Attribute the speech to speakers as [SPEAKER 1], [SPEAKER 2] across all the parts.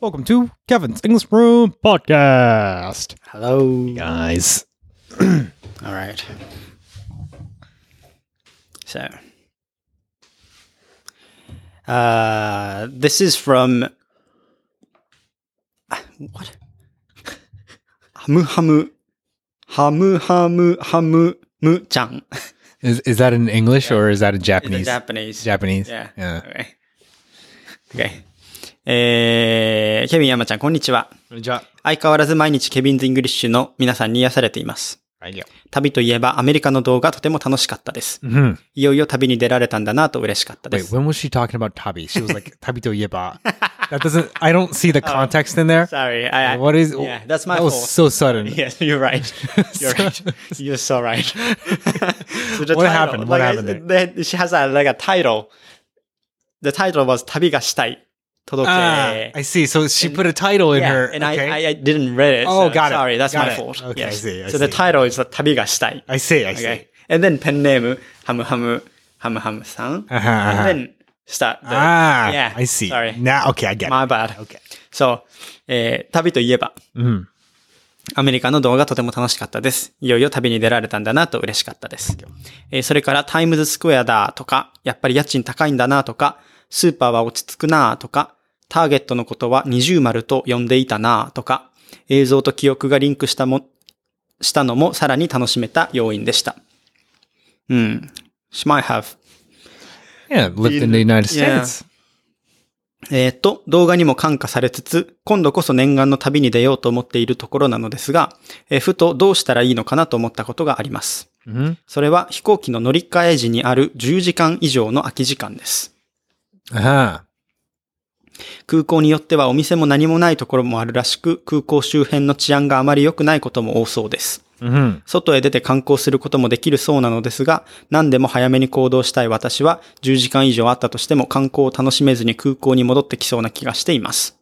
[SPEAKER 1] Welcome to Kevin's English Room Podcast.
[SPEAKER 2] Hello.
[SPEAKER 1] Guys.
[SPEAKER 2] All right. So, uh, this is from Ah, what? Hamu Hamu Hamu Hamu Hamu Mu Chang.
[SPEAKER 1] Is is that in English or is that in
[SPEAKER 2] It's in
[SPEAKER 1] Japanese?
[SPEAKER 2] Japanese.
[SPEAKER 1] Japanese.
[SPEAKER 2] Yeah.
[SPEAKER 1] yeah.
[SPEAKER 2] Okay. okay. えー、ケビン山ちゃん、こんにちは。相変わらず毎日ケビンズ・イングリッシュの皆さんに癒されています。旅といえばアメリカの動画とても楽しかったです。
[SPEAKER 1] hmm
[SPEAKER 2] いよいよ旅に出られたんだなと嬉しかったで
[SPEAKER 1] Wait,
[SPEAKER 2] す。
[SPEAKER 1] when was she talking about tabi? She was like tabito yeba. That doesn't. I don't see the context in there.
[SPEAKER 2] Oh. Sorry, I, I,
[SPEAKER 1] What is?
[SPEAKER 2] Yeah, that's my
[SPEAKER 1] That was
[SPEAKER 2] fault.
[SPEAKER 1] so sudden.
[SPEAKER 2] Yes, you're right. You're right. You're so right. So the
[SPEAKER 1] What happened? What
[SPEAKER 2] like,
[SPEAKER 1] happened
[SPEAKER 2] the- She has a, like a title. The title was 旅がしたい。届
[SPEAKER 1] Ah,
[SPEAKER 2] け。
[SPEAKER 1] I see. So she put a title in
[SPEAKER 2] yeah,
[SPEAKER 1] her.
[SPEAKER 2] and
[SPEAKER 1] okay.
[SPEAKER 2] I, I, I didn't read it.
[SPEAKER 1] Oh,
[SPEAKER 2] so
[SPEAKER 1] got it.
[SPEAKER 2] Sorry, that's
[SPEAKER 1] Got
[SPEAKER 2] my
[SPEAKER 1] it.
[SPEAKER 2] fault.
[SPEAKER 1] Okay, I
[SPEAKER 2] yes.
[SPEAKER 1] see, I
[SPEAKER 2] so the
[SPEAKER 1] see.
[SPEAKER 2] title is 旅がしたい。
[SPEAKER 1] I see. I see.
[SPEAKER 2] Okay. And then pen name, ハムハム、ハムハムさん。
[SPEAKER 1] Uh-huh, uh-huh.
[SPEAKER 2] And then start. the-
[SPEAKER 1] Ah,
[SPEAKER 2] yeah,
[SPEAKER 1] I see.
[SPEAKER 2] Sorry.
[SPEAKER 1] Now, okay, I get
[SPEAKER 2] My bad.
[SPEAKER 1] Okay.
[SPEAKER 2] そう、えー旅といえば、
[SPEAKER 1] it. Mhm.
[SPEAKER 2] アメリカの動画とても楽しかったです。いよいよ旅に出られたんだなと嬉しかったです。えーそれからタイムズスクエアだとか、やっぱり家賃高いんだなとか、スーパーは落ち着くなとか、ターゲットのことは二重丸と呼んでいたなとか、映像と記憶がリンクしたも、したのもさらに楽しめた要因でした。うん。She might have
[SPEAKER 1] Yeah, lived in the United
[SPEAKER 2] Yeah.
[SPEAKER 1] States.
[SPEAKER 2] えーっと、動画にも感化されつつ、今度こそ念願の旅に出ようと思っているところなのですが、えーふとどうしたらいいのかなと思ったことがあります。
[SPEAKER 1] hmm
[SPEAKER 2] それは飛行機の乗り換え時にある10時間以上の空き時間です。
[SPEAKER 1] Uh-huh.
[SPEAKER 2] 空港によってはお店も何もないところもあるらしく、空港周辺の治安があまり良くないことも多そうです。
[SPEAKER 1] hmm
[SPEAKER 2] 外へ出て観光することもできるそうなのですが、何でも早めに行動したい私は、10時間以上あったとしても観光を楽しめずに空港に戻ってきそうな気がしています。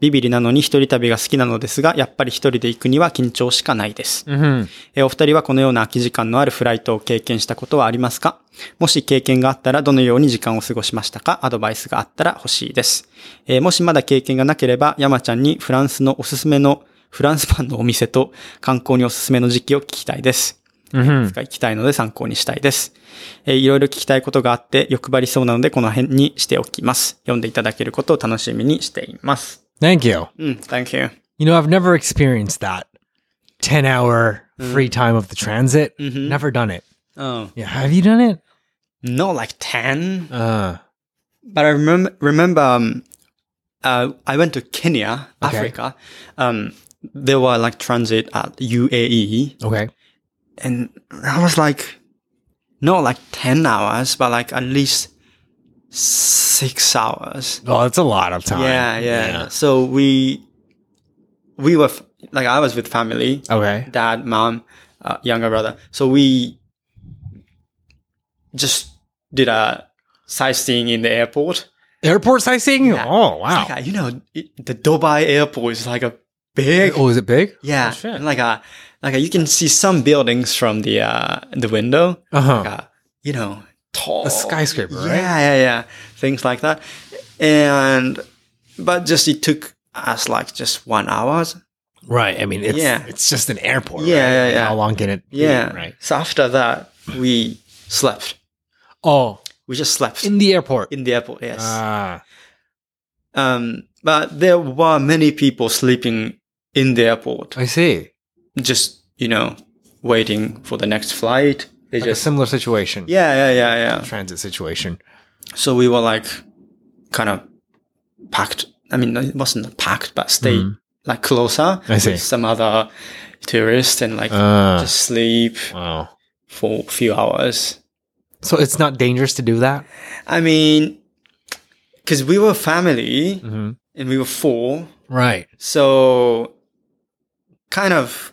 [SPEAKER 2] ビビリなのに一人旅が好きなのですが、やっぱり一人で行くには緊張しかないです。
[SPEAKER 1] hmm
[SPEAKER 2] えーお二人はこのような空き時間のあるフライトを経験したことはありますかもし経験があったらどのように時間を過ごしましたかアドバイスがあったら欲しいです。えーもしまだ経験がなければ、山ちゃんにフランスのおすすめのフランスパンのお店と観光におすすめの時期を聞きたいです。
[SPEAKER 1] hmm
[SPEAKER 2] が行きたいので参考にしたいです。えーいろいろ聞きたいことがあって欲張りそうなのでこの辺にしておきます。読んでいただけることを楽しみにしています。
[SPEAKER 1] Thank you.
[SPEAKER 2] うん、thank you.
[SPEAKER 1] You know, I've never experienced that 10 hour
[SPEAKER 2] Mm.
[SPEAKER 1] free time of the transit.
[SPEAKER 2] Mhm.
[SPEAKER 1] Never done it.
[SPEAKER 2] うん。
[SPEAKER 1] Yeah, have you done it?
[SPEAKER 2] No, like 10?
[SPEAKER 1] Uh,
[SPEAKER 2] But I remember remember um, uh, I went to Kenya,
[SPEAKER 1] Okay.
[SPEAKER 2] Africa. Um, there were like transit at UAE,
[SPEAKER 1] okay.
[SPEAKER 2] and I was like, not like ten hours, but like at least six hours.
[SPEAKER 1] Well, it's a lot of time.
[SPEAKER 2] Yeah, yeah, So we we were f- like I was with family,
[SPEAKER 1] Okay.
[SPEAKER 2] dad, mom, uh, younger brother. So we just did a sightseeing in the airport.
[SPEAKER 1] Airport sightseeing?
[SPEAKER 2] Yeah.
[SPEAKER 1] Oh, wow.
[SPEAKER 2] Like, uh, you know, it, the Dubai airport is like a big,
[SPEAKER 1] oh, is it big?
[SPEAKER 2] yeah,
[SPEAKER 1] shit.
[SPEAKER 2] and like a, like a, you can see some buildings from the uh the window,
[SPEAKER 1] Uh huh.
[SPEAKER 2] like a, you know, tall
[SPEAKER 1] A skyscraper,
[SPEAKER 2] yeah,
[SPEAKER 1] right?
[SPEAKER 2] yeah, yeah, things like that, and but just it took us like just one hour,
[SPEAKER 1] Right. I mean, it's
[SPEAKER 2] Yeah.
[SPEAKER 1] it's just an airport.
[SPEAKER 2] Yeah,
[SPEAKER 1] right?
[SPEAKER 2] yeah,
[SPEAKER 1] Like,
[SPEAKER 2] yeah.
[SPEAKER 1] How long can it? be,
[SPEAKER 2] yeah.
[SPEAKER 1] Right.
[SPEAKER 2] So after that, we slept.
[SPEAKER 1] Oh,
[SPEAKER 2] We just slept in,
[SPEAKER 1] in the airport.
[SPEAKER 2] the airport. Yes.
[SPEAKER 1] Ah.
[SPEAKER 2] um, but there were many people sleeping in the airport.
[SPEAKER 1] I see.
[SPEAKER 2] just you know waiting for the next flight they
[SPEAKER 1] Like a
[SPEAKER 2] just
[SPEAKER 1] similar situation.
[SPEAKER 2] yeah yeah yeah yeah
[SPEAKER 1] Transit situation.
[SPEAKER 2] so we were like kind of packed i mean it wasn't packed but stay like closer
[SPEAKER 1] Mm. I see.
[SPEAKER 2] with some other tourists and like
[SPEAKER 1] Ah.
[SPEAKER 2] just sleep
[SPEAKER 1] wow.
[SPEAKER 2] for a few hours
[SPEAKER 1] So it's not dangerous to do that.
[SPEAKER 2] i mean because we were family
[SPEAKER 1] Mhm.
[SPEAKER 2] and we were four
[SPEAKER 1] Right.
[SPEAKER 2] so kind of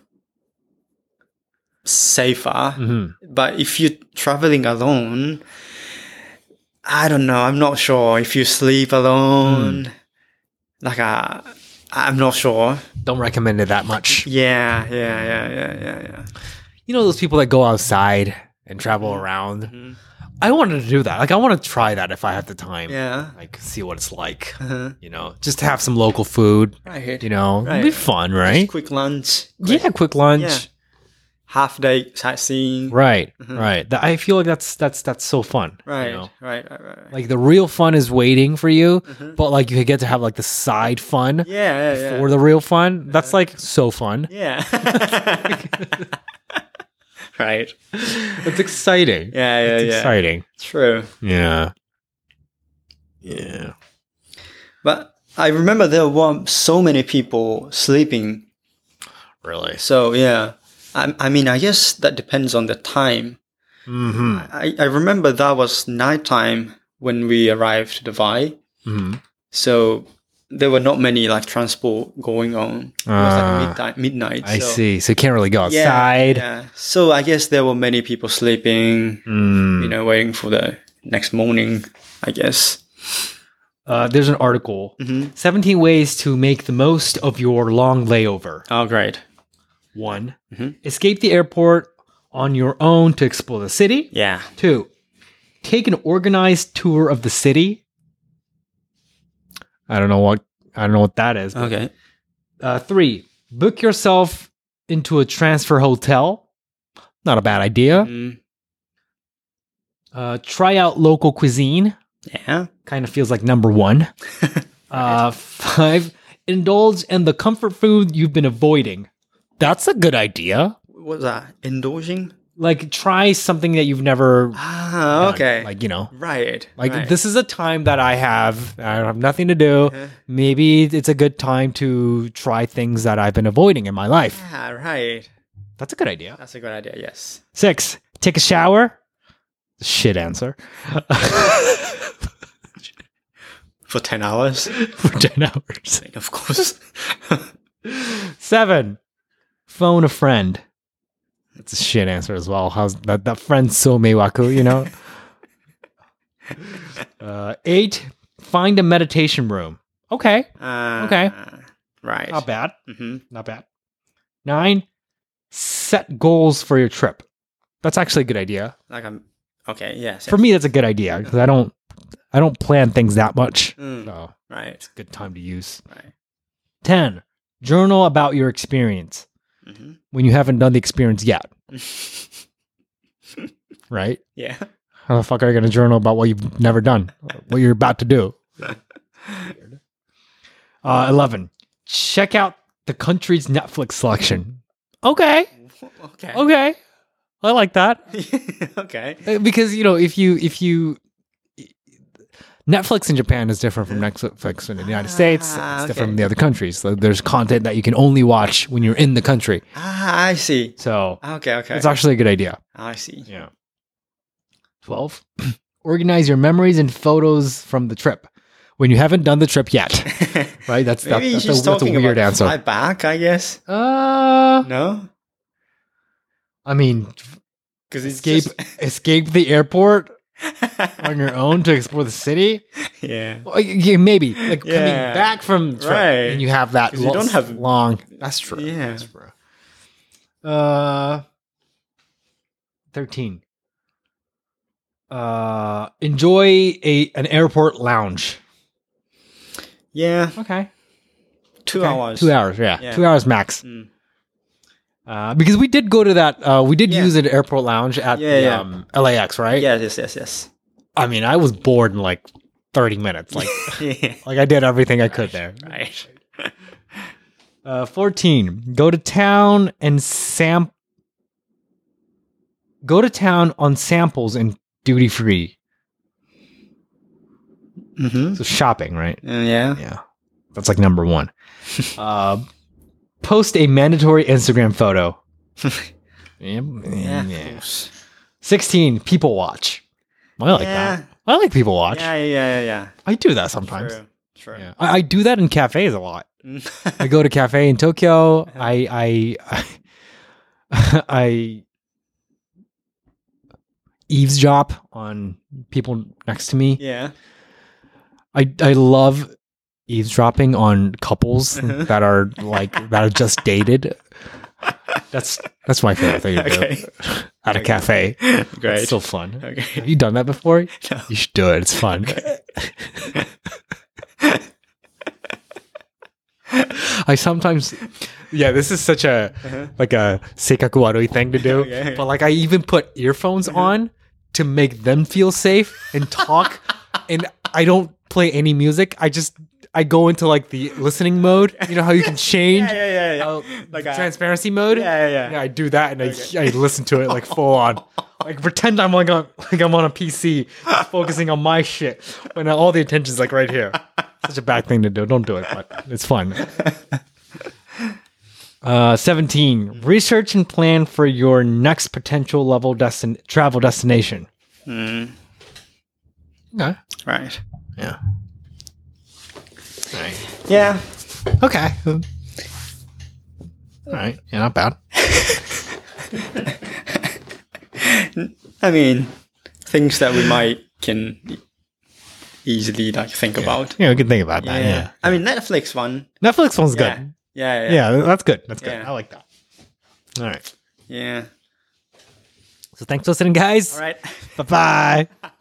[SPEAKER 2] safer
[SPEAKER 1] hmm
[SPEAKER 2] But if you're traveling alone, I don't know. I'm not sure if you sleep alone.
[SPEAKER 1] Mm.
[SPEAKER 2] Like, uh, I'm not sure.
[SPEAKER 1] Don't recommend it that much.
[SPEAKER 2] Yeah, yeah, yeah, yeah, yeah, yeah. Mm-hmm.
[SPEAKER 1] You know those people that go outside and travel around. I wanted to do that. Like I want to try that if I have the time.
[SPEAKER 2] Yeah.
[SPEAKER 1] Like see what it's like.
[SPEAKER 2] Uh-huh.
[SPEAKER 1] You know, just to have some local food.
[SPEAKER 2] Right here.
[SPEAKER 1] You know,
[SPEAKER 2] Right.
[SPEAKER 1] it'd be fun, right?
[SPEAKER 2] Just quick lunch. quick
[SPEAKER 1] Yeah, quick lunch.
[SPEAKER 2] Yeah. half day sightseeing.
[SPEAKER 1] Right,
[SPEAKER 2] Mhm.
[SPEAKER 1] right. That, I feel like that's that's that's so fun. you
[SPEAKER 2] Right.
[SPEAKER 1] know?
[SPEAKER 2] right. Right. Right. Right.
[SPEAKER 1] Like the real fun is waiting for you,
[SPEAKER 2] Mhm.
[SPEAKER 1] but like you could get to have like the side fun
[SPEAKER 2] yeah. Yeah. Yeah.
[SPEAKER 1] before the real fun. That's like so fun.
[SPEAKER 2] yeah. right.
[SPEAKER 1] It's exciting.
[SPEAKER 2] Yeah. Yeah.
[SPEAKER 1] It's
[SPEAKER 2] yeah.
[SPEAKER 1] exciting.
[SPEAKER 2] True.
[SPEAKER 1] Yeah. Yeah.
[SPEAKER 2] But I remember there were so many people sleeping.
[SPEAKER 1] Really.
[SPEAKER 2] So yeah. I, I mean, I guess that depends on the time.
[SPEAKER 1] Mm-hmm.
[SPEAKER 2] I, I remember that was nighttime when we arrived to Dubai.
[SPEAKER 1] hmm
[SPEAKER 2] So there were not many like transport going on. It was
[SPEAKER 1] Ah.
[SPEAKER 2] like midnight. midnight
[SPEAKER 1] I
[SPEAKER 2] so-
[SPEAKER 1] see. So you can't really go
[SPEAKER 2] Yeah,
[SPEAKER 1] outside.
[SPEAKER 2] Yeah. So I guess there were many people sleeping,
[SPEAKER 1] Mm.
[SPEAKER 2] you know, waiting for the next morning, I guess.
[SPEAKER 1] Uh, there's an article.
[SPEAKER 2] Mhm.
[SPEAKER 1] 17 ways to make the most of your long layover.
[SPEAKER 2] Oh, great.
[SPEAKER 1] One,
[SPEAKER 2] Mhm.
[SPEAKER 1] escape the airport on your own to explore the city.
[SPEAKER 2] Yeah.
[SPEAKER 1] Two, take an organized tour of the city. I don't know what I don't know what that is. but-
[SPEAKER 2] Okay.
[SPEAKER 1] Uh, three, book yourself into a transfer hotel. Not a bad idea.
[SPEAKER 2] Mm,
[SPEAKER 1] Uh, try out local cuisine.
[SPEAKER 2] yeah.
[SPEAKER 1] kind of feels like number one. uh, five, indulge in the comfort food you've been avoiding. That's a good idea.
[SPEAKER 2] What's that? Indulging?
[SPEAKER 1] Like try something that you've never.
[SPEAKER 2] Ah,
[SPEAKER 1] done.
[SPEAKER 2] okay.
[SPEAKER 1] Like you know,
[SPEAKER 2] right.
[SPEAKER 1] like
[SPEAKER 2] right.
[SPEAKER 1] this is a time that I have. I have nothing to do.
[SPEAKER 2] Uh,
[SPEAKER 1] Maybe it's a good time to try things that I've been avoiding in my life.
[SPEAKER 2] Yeah, right.
[SPEAKER 1] That's a good idea.
[SPEAKER 2] That's a good idea. Yes.
[SPEAKER 1] Six, take a shower. Shit answer
[SPEAKER 2] For 10 hours?
[SPEAKER 1] for ten hours.
[SPEAKER 2] of course.
[SPEAKER 1] Seven. Phone a friend. That's a shit answer as well. How's that? That friend's so meiwaku, you know. uh, eight. Find a meditation room. Okay,
[SPEAKER 2] Ah,
[SPEAKER 1] Okay.
[SPEAKER 2] Right.
[SPEAKER 1] not bad,
[SPEAKER 2] Mhm.
[SPEAKER 1] not bad. Nine. Set goals for your trip. That's actually a good idea.
[SPEAKER 2] Like I'm. Okay. Yes.
[SPEAKER 1] For
[SPEAKER 2] yes.
[SPEAKER 1] me, that's a good idea because I don't, I don't plan things that much.
[SPEAKER 2] Mm,
[SPEAKER 1] So
[SPEAKER 2] Right.
[SPEAKER 1] good time to use.
[SPEAKER 2] Right.
[SPEAKER 1] Ten. Journal about your experience
[SPEAKER 2] Mhm.
[SPEAKER 1] when you haven't done the experience yet. Right.
[SPEAKER 2] yeah.
[SPEAKER 1] How the fuck are you going to journal about what you've never done, what you're about to do? Uh, 11. Check out the country's Netflix selection. Okay.
[SPEAKER 2] Okay.
[SPEAKER 1] Okay. I like that.
[SPEAKER 2] okay.
[SPEAKER 1] Uh, Because, you know, if you, if you, Netflix in Japan is different from Netflix in the United States. It's
[SPEAKER 2] Ah, okay.
[SPEAKER 1] different from the other countries. So there's content that you can only watch when you're in the country.
[SPEAKER 2] Ah, I see.
[SPEAKER 1] So
[SPEAKER 2] Okay, okay.
[SPEAKER 1] it's actually a good idea.
[SPEAKER 2] I see.
[SPEAKER 1] Yeah. 12. Organize your memories and photos from the trip when you haven't done the trip yet. Right? That's, that,
[SPEAKER 2] Maybe
[SPEAKER 1] that's, a,
[SPEAKER 2] she's
[SPEAKER 1] that's a
[SPEAKER 2] talking
[SPEAKER 1] weird
[SPEAKER 2] about
[SPEAKER 1] answer.
[SPEAKER 2] fly back, I guess.
[SPEAKER 1] uh,
[SPEAKER 2] No,
[SPEAKER 1] I mean,
[SPEAKER 2] because it's
[SPEAKER 1] escape,
[SPEAKER 2] just-
[SPEAKER 1] escape the airport on your own to explore the city.
[SPEAKER 2] yeah,
[SPEAKER 1] Well, yeah, maybe like coming
[SPEAKER 2] Yeah.
[SPEAKER 1] back from the trip
[SPEAKER 2] Right.
[SPEAKER 1] and you have that
[SPEAKER 2] 'Cause you don't
[SPEAKER 1] lo-
[SPEAKER 2] have-
[SPEAKER 1] long. That's true.
[SPEAKER 2] Yeah.
[SPEAKER 1] That's true. Uh, thirteen. Uh, enjoy a an airport lounge.
[SPEAKER 2] yeah.
[SPEAKER 1] Okay,
[SPEAKER 2] Two
[SPEAKER 1] Okay.
[SPEAKER 2] hours.
[SPEAKER 1] Two hours, yeah,
[SPEAKER 2] Yeah.
[SPEAKER 1] two hours max.
[SPEAKER 2] Mm.
[SPEAKER 1] Uh, because we did go to that. Uh, we did
[SPEAKER 2] Yeah.
[SPEAKER 1] use an airport lounge at
[SPEAKER 2] Yeah,
[SPEAKER 1] the,
[SPEAKER 2] yeah.
[SPEAKER 1] Um, LAX, right?
[SPEAKER 2] Yes, yes, yes, yes.
[SPEAKER 1] I mean, I was bored in like thirty minutes. Like,
[SPEAKER 2] yeah.
[SPEAKER 1] like I did everything I could there.
[SPEAKER 2] Right.
[SPEAKER 1] Uh, 14. Go to town and sam. Go to town on samples and duty free.
[SPEAKER 2] Mm-hmm. Mm,
[SPEAKER 1] So shopping, right?
[SPEAKER 2] yeah.
[SPEAKER 1] Yeah. That's like number one. uh, post a mandatory Instagram photo. Yep.
[SPEAKER 2] Yeah.
[SPEAKER 1] Yeah.
[SPEAKER 2] of course.
[SPEAKER 1] 16. People watch. I like
[SPEAKER 2] yeah.
[SPEAKER 1] that. I like people watch.
[SPEAKER 2] Yeah, yeah, yeah, yeah.
[SPEAKER 1] I do that
[SPEAKER 2] yeah.
[SPEAKER 1] sometimes.
[SPEAKER 2] True. True.
[SPEAKER 1] Yeah. I, I do that in cafes a lot.
[SPEAKER 2] Mm.
[SPEAKER 1] I go to cafe in Tokyo.
[SPEAKER 2] Uh-huh.
[SPEAKER 1] I I I, I eavesdrop on people next to me.
[SPEAKER 2] yeah.
[SPEAKER 1] I I love eavesdropping on couples
[SPEAKER 2] Uh-huh.
[SPEAKER 1] that are like that are just dated. That's that's my favorite thing to do.
[SPEAKER 2] Okay.
[SPEAKER 1] at a cafe.
[SPEAKER 2] Great.
[SPEAKER 1] It's so fun.
[SPEAKER 2] Okay.
[SPEAKER 1] Have you done that before?
[SPEAKER 2] No.
[SPEAKER 1] You should do it. It's fun. I sometimes, yeah, this is such a like a seikaku warui thing to do.
[SPEAKER 2] Uh-huh. Okay. Uh-huh.
[SPEAKER 1] But like, I even put earphones on to make them feel safe and talk. and I don't play any music. I just I go into like the listening mode. You know how you can change
[SPEAKER 2] Yeah, yeah, yeah, yeah.
[SPEAKER 1] uh,
[SPEAKER 2] like a-
[SPEAKER 1] transparency mode.
[SPEAKER 2] Yeah, yeah, yeah.
[SPEAKER 1] I do that and I, I listen to it like full on. Like pretend I'm like on like I'm on a PC focusing on my shit when all the attention's like right here. Such a bad thing to do. Don't do it, but it's fun. Uh, 17. Research and plan for your next potential level destin- travel destination.
[SPEAKER 2] Hmm.
[SPEAKER 1] Okay.
[SPEAKER 2] Right.
[SPEAKER 1] Yeah.
[SPEAKER 2] Yeah.
[SPEAKER 1] Okay. All right. Yeah, not bad.
[SPEAKER 2] I mean, things that we might can easily like think about.
[SPEAKER 1] Yeah, we can think about that. yeah.
[SPEAKER 2] I mean, Netflix one.
[SPEAKER 1] Netflix one's
[SPEAKER 2] Yeah.
[SPEAKER 1] good.
[SPEAKER 2] Yeah. Yeah.
[SPEAKER 1] Yeah, that's good. That's good.
[SPEAKER 2] Yeah.
[SPEAKER 1] I like that. All right.
[SPEAKER 2] Yeah.
[SPEAKER 1] So thanks for listening, guys.
[SPEAKER 2] All right.
[SPEAKER 1] Bye bye.